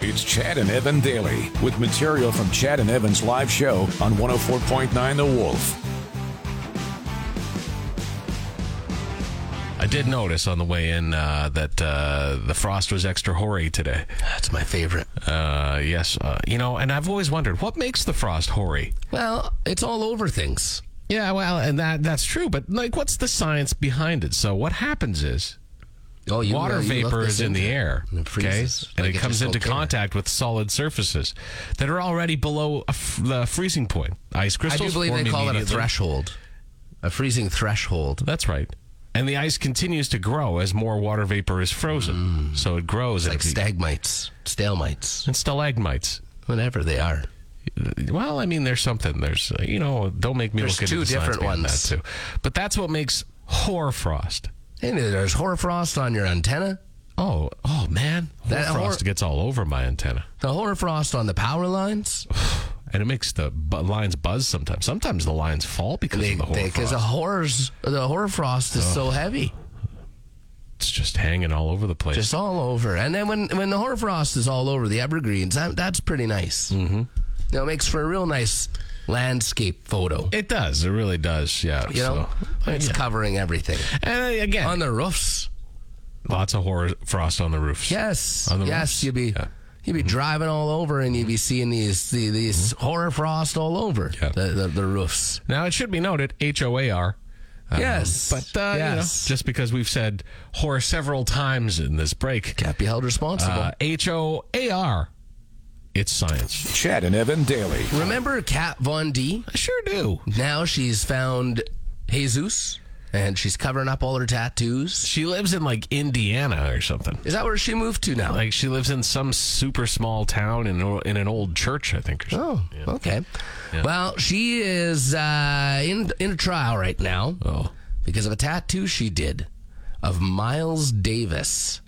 It's Chad and Evan Daily with material from Chad and Evan's live show on 104.9 The Wolf. I did notice on the way in uh, that uh, the frost was extra hoary today. That's my favorite. Uh, yes, uh, you know, and I've always wondered what makes the frost hoary. Well, it's all over things. Yeah, well, and that that's true, but like, what's the science behind it? So what happens is Oh, you, water uh, you looked vapor this is in the into- air, And it freezes. okay, and Like, it comes just into don't care. contact with solid surfaces that are already below a f- the freezing point. Ice I crystals. do believe form they call it a immediately. threshold, a freezing threshold. That's right. And the ice continues to grow as more water vapor is frozen. So it grows Mm. Like and, it be- stagmites, stalemites, and stalagmites. whatever they are. Well, I mean, there's something. There's, uh, you know, don't make me There's look into two the science different behind ones. That too. But that's what makes hoarfrost. And there's hoarfrost on your antenna. Oh, oh man, That hoarfrost hor- gets all over my antenna, The hoarfrost on the power lines. and it makes the bu- lines buzz sometimes. Sometimes the lines fall because of the Oh. hoarfrost. Because the horrors, the hoarfrost is so heavy, it's just hanging all over the place. just all over. And then when when the hoarfrost is all over the evergreens, that, that's pretty nice. Mm-hmm. Now it makes for a real nice landscape photo. it does. It really does. Yeah. You know, so- it's Yeah. covering everything and uh, again, on the roofs. lots of hoarfrost on the roofs. Yes, On the yes, roofs. you'd be Yeah. Mm-hmm. you'd be driving all over, and you'd be seeing these the, these horror frost all over Yeah. the, the the roofs. Now it should be noted, H O A R. Yes, Um, but uh, you know, yes. just because we've said whore several times in this break, Can't be held responsible. H O A R. It's science. Chad and Evan Daily. Remember Kat Von D? I sure do. Now she's found Jesus, and she's covering up all her tattoos. She lives in like Indiana or something. Is that where she moved to now? Like she lives in some super small town in o- in an old church, I think. Or something. Oh, okay. Well, she is uh, in in a trial right now Oh. because of a tattoo she did of Miles Davis.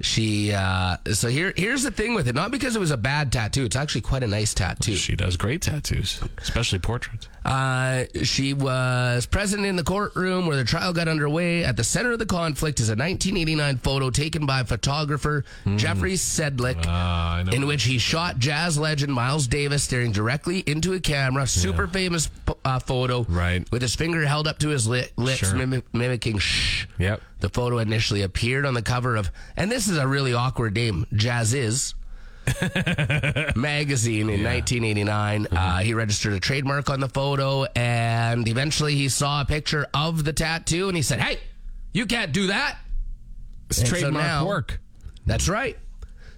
She uh, so here here's the thing with it. Not because it was a bad tattoo. It's actually quite a nice tattoo. She does great tattoos, especially portraits. Uh, she was present in the courtroom where the trial got underway. At the center of the conflict is a 1989 photo taken by photographer Jeffrey Sedlick, Uh, I know. in which he shot jazz legend Miles Davis staring directly into a camera. Super famous p- uh, photo, Right. With his finger held up to his li- lips, Sure. mimi- mimicking shh. Yep. The photo initially appeared on the cover of, and this is a really awkward name, Jazz Is magazine in 1989. Mm-hmm. Uh, he registered a trademark on the photo, and eventually he saw a picture of the tattoo, and he said, "Hey, you can't do that." It's And so trademark now- work. That's right.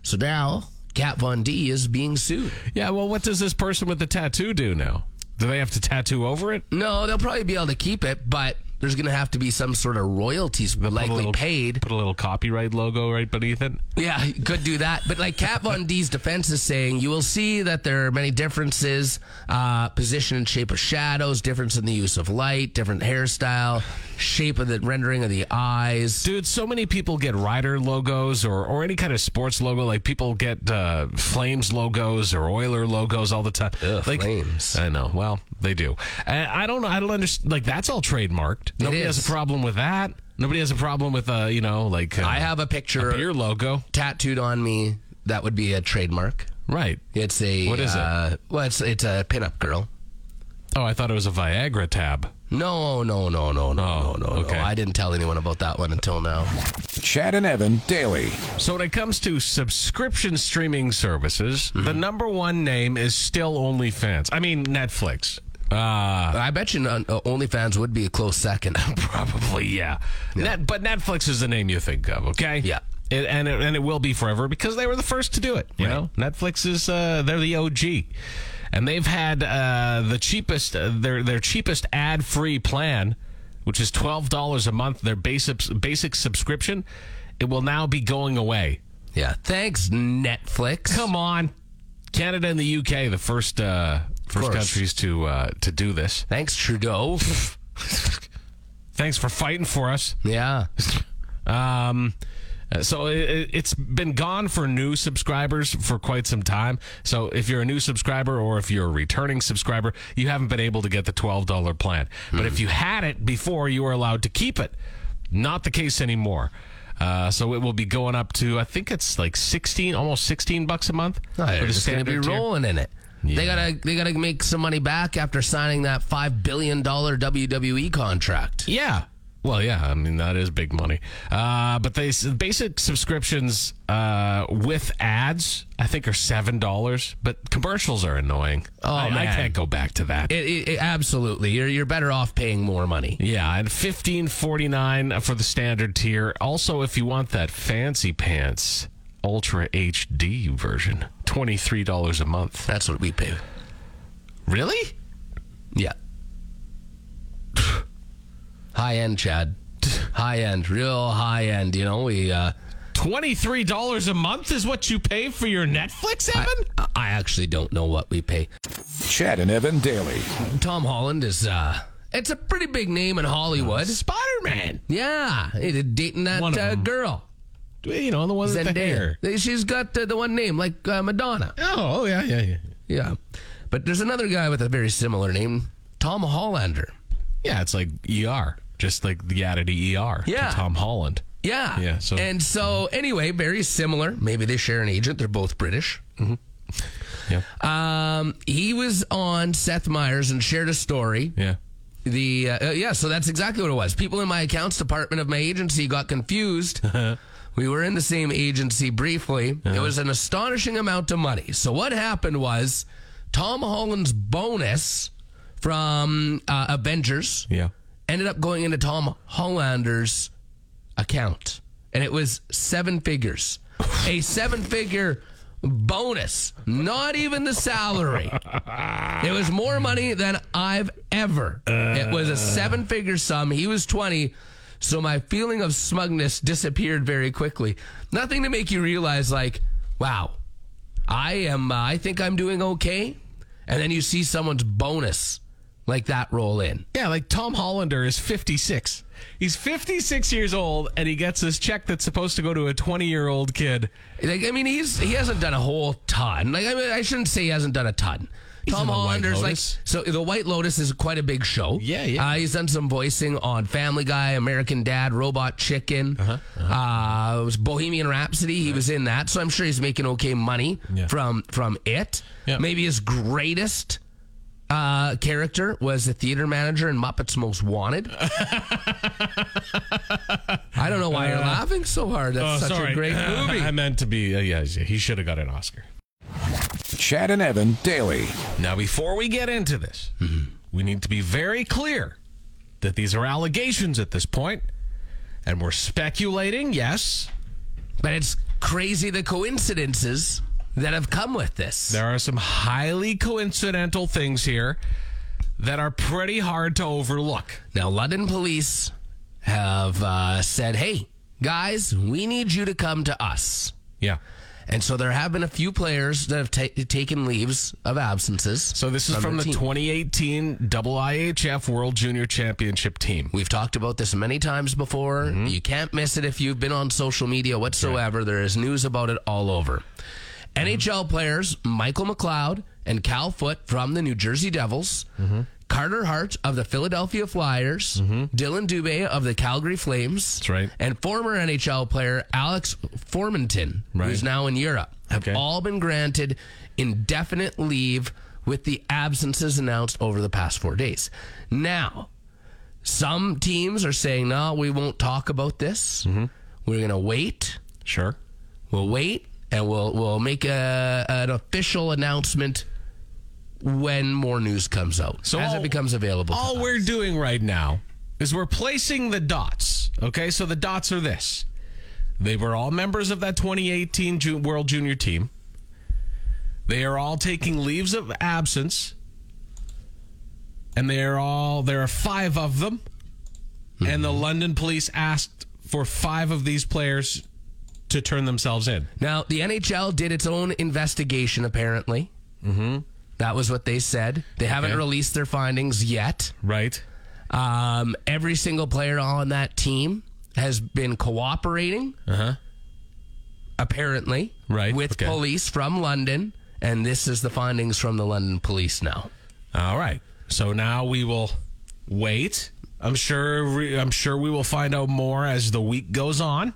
So now Kat Von D is being sued. Yeah. Well, what does this person with the tattoo do now? Do they have to tattoo over it? No, they'll probably be able to keep it, but there's going to have to be some sort of royalties Put a likely little- paid. Put a little copyright logo right beneath it. Yeah, you could do that. But like Kat Von D's defense is saying, you will see that there are many differences, uh, position and shape of shadows, difference in the use of light, different hairstyle, shape of the rendering of the eyes. Dude, so many people get rider logos or, or any kind of sports logo. Like people get uh, Flames logos or Oiler logos all the time. like, Flames. I know. Well, they do. And I don't know. I don't understand. Like that's all trademarked. Nobody has is. a problem with that. Nobody has a problem with uh, you know, like uh, I have a a picture beer logo. tattooed on me that would be a trademark. Right. It's a What is it? uh, Well, it's it's a pinup girl. Oh, I thought it was a Viagra tab. No, no, no, no, no, Oh, no, no. okay. no. I didn't tell anyone about that one until now. Chad and Evan Daily. So when it comes to subscription streaming services, Mm-hmm. the number one name is still OnlyFans. I mean Netflix. Uh, I bet you none, uh, OnlyFans would be a close second. Probably, yeah. Net, but Netflix is the name you think of, okay? Yeah. It, and it, and it will be forever because they were the first to do it. You know, Netflix is uh, they're the OG, and they've had uh, the cheapest uh, their their cheapest ad free plan, which is twelve dollars a month. Their basic basic subscription, it will now be going away. Yeah. Thanks, Netflix. Come on, Canada and the UK, the first uh, first course. countries to uh, to do this. Thanks, Trudeau. Thanks for fighting for us. yeah. Um, uh, so it- it, it's been gone for new subscribers for quite some time. So if you're a new subscriber or if you're a returning subscriber, you haven't been able to get the twelve dollar Hmm. plan. But if you had it before, you were allowed to keep it. Not the case anymore. Uh, so it will be going up to I think it's like sixteen, almost sixteen bucks a month. No, for they're the just going to be standard tier. rolling in it. They gotta they gotta make some money back after signing that five billion dollar WWE contract. Yeah. Well, yeah, I mean that is big money. Uh, but they basic subscriptions uh, with ads, I think, are seven dollars. But commercials are annoying. Oh, I, I man. can't go back to that. It, it, it- absolutely, you're you're better off paying more money. yeah, and fifteen forty nine for the standard tier. Also, if you want that fancy pants Ultra HD version, twenty three dollars a month. That's what we pay. Really? Yeah. high end, Chad. High end, real high end. You know, we. Uh, Twenty three dollars a month is what you pay for your Netflix, Evan? I, I actually don't know what we pay. Chad and Evan daily. Tom Holland is. uh It's a pretty big name in Hollywood. Spider Man. Yeah, he did dating that One of uh, them. girl You know the one with the hair. Zendaya. She's got uh, the one name like uh, Madonna. Oh, oh yeah, yeah, yeah. Yeah, but there's another guy with a very similar name, Tom Hollander. Yeah, it's like ER, just like the added ER Yeah. to Tom Holland. Yeah. Yeah, so- and so anyway, very similar. Maybe they share an agent. They're both British. Yeah, Um, he was on Seth Meyers and shared a story. yeah. The uh, uh, yeah, so that's exactly what it was. People in my accounts department of my agency got confused. we were in the same agency briefly. It was an astonishing amount of money. So what happened was Tom Holland's bonus from uh, Avengers Yeah. ended up going into Tom Hollander's account, and it was seven figures, a seven-figure bonus, not even the salary. It was more money than I've ever. it was a seven figure sum. He was 20. So my feeling of smugness disappeared very quickly. Nothing to make you realize, like, wow, I am, uh, I think I'm doing okay. And then you see someone's bonus like that roll in. Yeah, like Tom Hollander is 56. He's 56 years old, and he gets this check that's supposed to go to a 20 year old kid. Like, I mean, he's he hasn't done a whole ton. Like, I mean, I shouldn't say he hasn't done a ton. Tom in The White Hollander's like Lotus. so. The White Lotus is quite a big show. Yeah, yeah. Uh, he's done some voicing on Family Guy, American Dad, Robot Chicken. Uh-huh, it was Bohemian Rhapsody. He was in that, so I'm sure he's making okay money Yeah. from from it. Yeah. Maybe his greatest uh, character was the theater manager in Muppets Most Wanted. I don't know why Uh, you're laughing so hard. That's such a great movie. Oh, I meant to be. Uh, yeah, he should have got an Oscar. Chad and Evan daily. Now, before we get into this, we need to be very clear that these are allegations at this point, and we're speculating. Yes, But it's crazy the coincidences that have come with this. There are some highly coincidental things here that are pretty hard to overlook. Now, London police have uh, said, hey, guys, we need you to come to us. Yeah. And so there have been a few players that have ta- taken leaves of absences. So this is from, the their team. 2018 IIHF World Junior Championship team. We've talked about this many times before. Mm-hmm. You can't miss it if you've been on social media whatsoever. There is news about it all over. Mm-hmm. NHL players Michael McLeod and Cal Foot from the New Jersey Devils, Mm-hmm. Carter Hart of the Philadelphia Flyers, Dylan Dubé of the Calgary Flames, That's right. and former NHL player Alex Formanton, who's Right. now in Europe, have Okay. all been granted indefinite leave with the absences announced over the past four days. Now, some teams are saying, no, we won't talk about this. Mm-hmm. We're going to wait. Sure. We'll wait and we'll, we'll make a, an official announcement when more news comes out. So as all- it becomes available. to All us. we're doing right now is we're placing the dots. Okay, so the dots are this. They were all members of that 2018 Ju- World Junior team. They are all taking leaves of absence. And they are all there are 5 of them. And the London police asked for 5 of these players to turn themselves in. Now, the NHL did its own investigation, apparently. Mm-hmm. That was what they said. They haven't Okay. released their findings yet. Right? Um, every single player on that team has been cooperating, Uh-huh. apparently, Right, with okay. police from London. And this is the findings from the London police now. All right. So now we will wait. I'm sure. I'm sure we will find out more as the week goes on.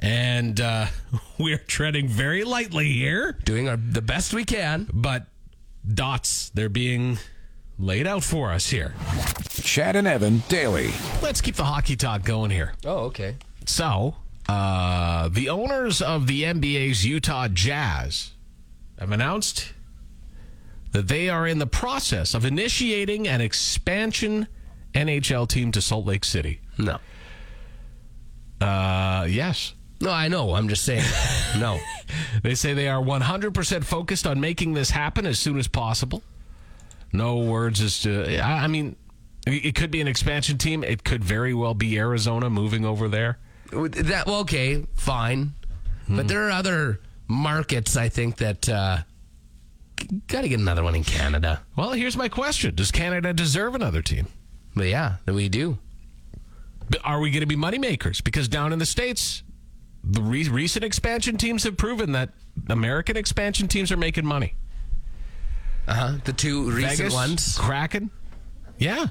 and uh, we're treading very lightly here. Doing our, the best we can. But dots, they're being laid out for us here. Chad and Evan daily. Let's keep the hockey talk going here. Oh, okay. So, uh, the owners of the NBA's Utah Jazz have announced that they are in the process of initiating an expansion NHL team to Salt Lake City. No. Uh, yes. No, I know. I'm just saying. no. They say they are 100% focused on making this happen as soon as possible. No words as to. I I mean, it it could be an expansion team. It could very well be Arizona moving over there. With That well, okay, fine. But there are other markets I think that uh got to get another one in Canada. Well, here's my question Does Canada deserve another team? But yeah, that we do. B- Are we going to be moneymakers? Because down in the States, the re- recent expansion teams have proven that American expansion teams are making money. Uh-huh. The two recent Vegas, ones. Kraken. Yeah.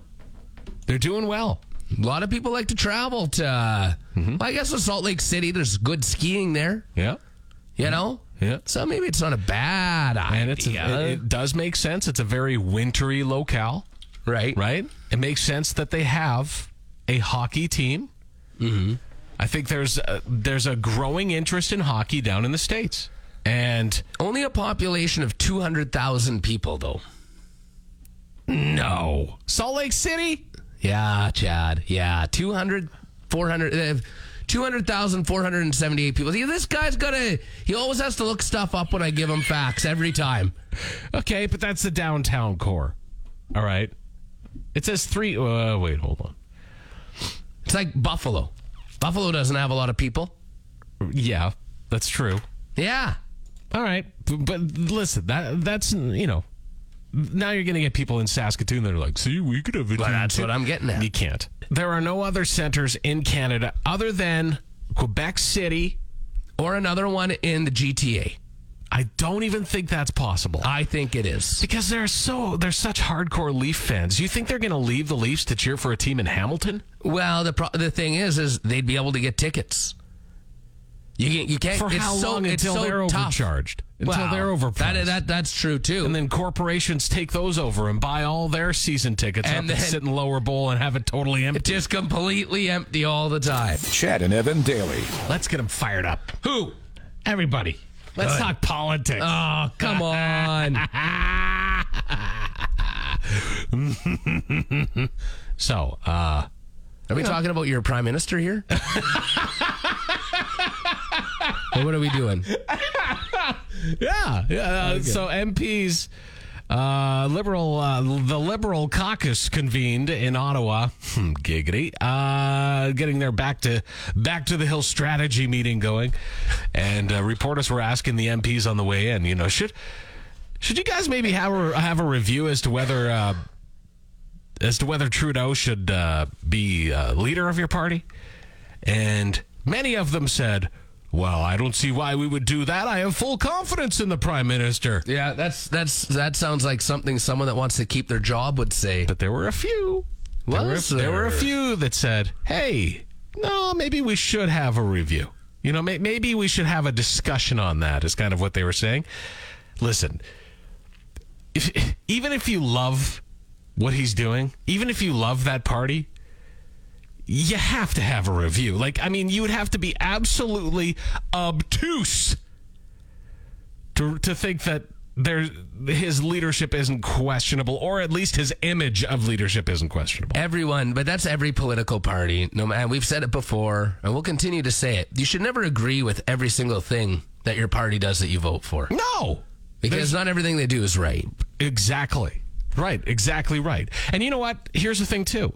They're doing well. A lot of people like to travel to uh well, I guess with Salt Lake City there's good skiing there, Yeah. you know? Yeah. So maybe it's not a bad idea. And it's it, it does make sense. It's a very wintry locale, right. right? It makes sense that they have a hockey team. Mm-hmm. I think there's a, there's a growing interest in hockey down in the states, and Only a population of 200,000 people though. no Salt Lake City. Yeah, Chad. Yeah, 200, 400, uh, 200,000, 478 people. See, this guy's got to, he always has to look stuff up when I give him facts every time. Okay, but that's the downtown core. All right, it says three. Uh, wait, hold on. It's like Buffalo. Buffalo doesn't have a lot of people. Yeah, that's true. Yeah. All right, b- but listen, that that's you know, now you're going to get people in Saskatoon that are like, "See, we could have." a But team that's too." what I'm getting at. You can't. There are no other centers in Canada other than Quebec City. Or another one in the GTA. I don't even think that's possible I think it is. because they're so they're such hardcore Leaf fans. You think they're going to leave the Leafs to cheer for a team in Hamilton Well, the pro- the thing is, is they'd be able to get tickets. You can, you can't. for it's how so, long it's until so they're tough. overcharged? Until Well, they're overpriced. That, that that's true too. and then corporations take those over and buy all their season tickets And and then- then sit in lower bowl and have it totally empty. just completely empty all the time. Chad and Evan daily. Let's get them fired up. Who? Everybody. Let's talk politics. Oh, come on. So, uh, Are we talking about your prime minister here? Or what are we doing? Yeah, yeah. Uh, so MPs, uh, liberal, uh, the liberal caucus convened in Ottawa. Hmm, Giggity, uh, getting their back to back to the hill strategy meeting going, and uh, reporters were asking the MPs on the way in. You know, should should you guys maybe have a, have a review as to whether uh, as to whether Trudeau should uh, be uh, leader of your party? And many of them said, Well, I don't see why we would do that. I have full confidence in the prime minister. Yeah, that's that's that sounds like something someone that wants to keep their job would say. But there were a few. There were, Was there were a there? few that said, Hey, no, maybe we should have a review. You know, may, maybe we should have a discussion on that, is kind of what they were saying. Listen, if, even if you love what he's doing, even if you love that party, you have to have a review. Like, I mean, you would have to be absolutely obtuse to to think that there his leadership isn't questionable, or at least his image of leadership isn't questionable. Everyone, but that's every political party. No man, we've said it before, and we'll continue to say it. You should never agree with every single thing that your party does that you vote for, No, because not everything they do is right. exactly right, exactly right. And you know what? Here's the thing too.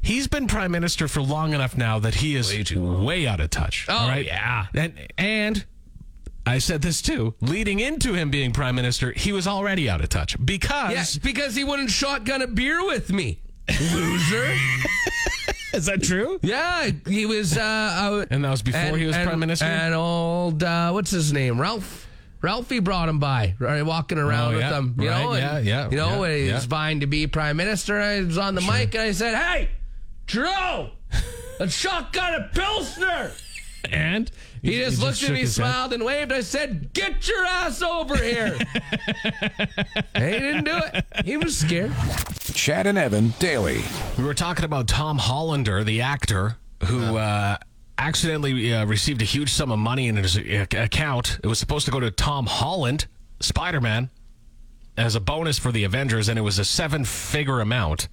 He's been prime minister for long enough now that he is way, out of touch. all right? Oh, yeah. and and I said this too. Leading into him being prime minister, he was already out of touch because Yes, because he wouldn't shotgun a beer with me, loser. is that true? yeah, he was. Uh, out- And that was before he was prime minister. And old uh, what's his name, Ralph. Ralphie brought him by, right, walking around Oh, with yeah, him. You know, right, and, yeah, yeah, You know, yeah, and he yeah. was vying to be prime minister. I was on the mic and I said, "Hey, Drew, a shotgun a pilsner." and He, just looked shook at me, his head. smiled, and waved. I said, Get your ass over here. and he didn't do it. He was scared. Chad and Evan daily. We were talking about Tom Hollander, the actor who uh, accidentally uh, received a huge sum of money in his ac- account. It was supposed to go to Tom Holland, Spider Man, as a bonus for the Avengers, and it was a seven figure amount.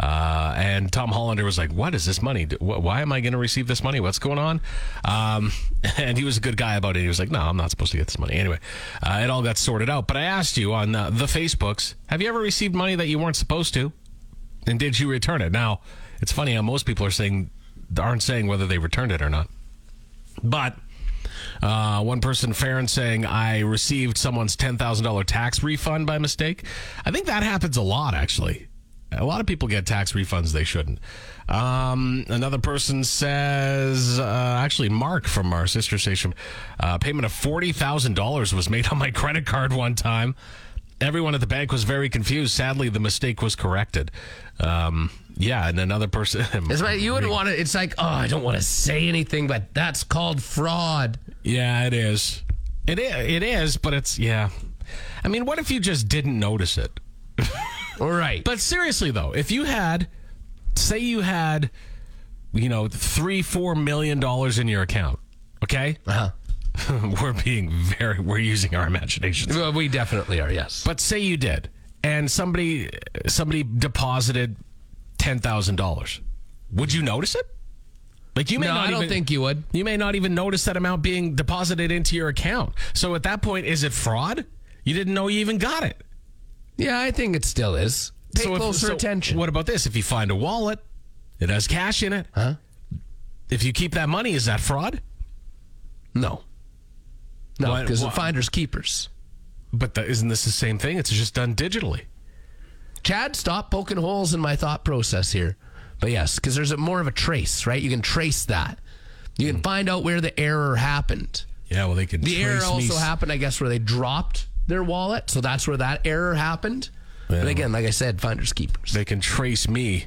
Uh, and Tom Hollander was like, "What is this money? Wh- Why am I going to receive this money? What's going on?" Um, and he was a good guy about it. He was like, "No, I'm not supposed to get this money." Anyway, uh, it all got sorted out. But I asked you on uh, the Facebooks, have you ever received money that you weren't supposed to? And did you return it? Now, it's funny how most people are saying aren't saying whether they returned it or not. But uh, one person, Farron, saying I received someone's ten thousand dollar tax refund by mistake. I think that happens a lot, actually. A lot of people get tax refunds they shouldn't. Um, another person says, uh, actually, Mark from our sister station, uh, payment of forty thousand dollars was made on my credit card one time. Everyone at the bank was very confused. Sadly, the mistake was corrected. Um, yeah, and another person. It's like, you wouldn't want to, it's like, oh, I don't want to say anything, but that's called fraud. Yeah, it is. It is. It is. But it's yeah. I mean, what if you just didn't notice it? All right. But seriously though, if you had, say you had, you know, three four million dollars in your account, okay? Uh-huh. we're being very. We're using our imaginations. Well, we definitely are, yes. But say you did, and somebody somebody deposited ten thousand dollars. Would you notice it? Like you may no, not I don't even- think you would. you may not even notice that amount being deposited into your account. So at that point, is it fraud? You didn't know you even got it. Yeah, I think it still is. Pay So if- closer so attention. What about this? If you find a wallet, it has cash in it. Huh? If you keep that money, is that fraud? No. No, Why- because the why- finders keepers. But that, isn't this the same thing? It's just done digitally. Chad, stop poking holes in my thought process here. But yes, because there's a, more of a trace, right? You can trace that. You can find out where the error happened. Yeah, well, they can. The error trace me also s- happened, I guess, where they dropped their wallet. So that's where that error happened. But again, like I said, finders keepers. They can trace me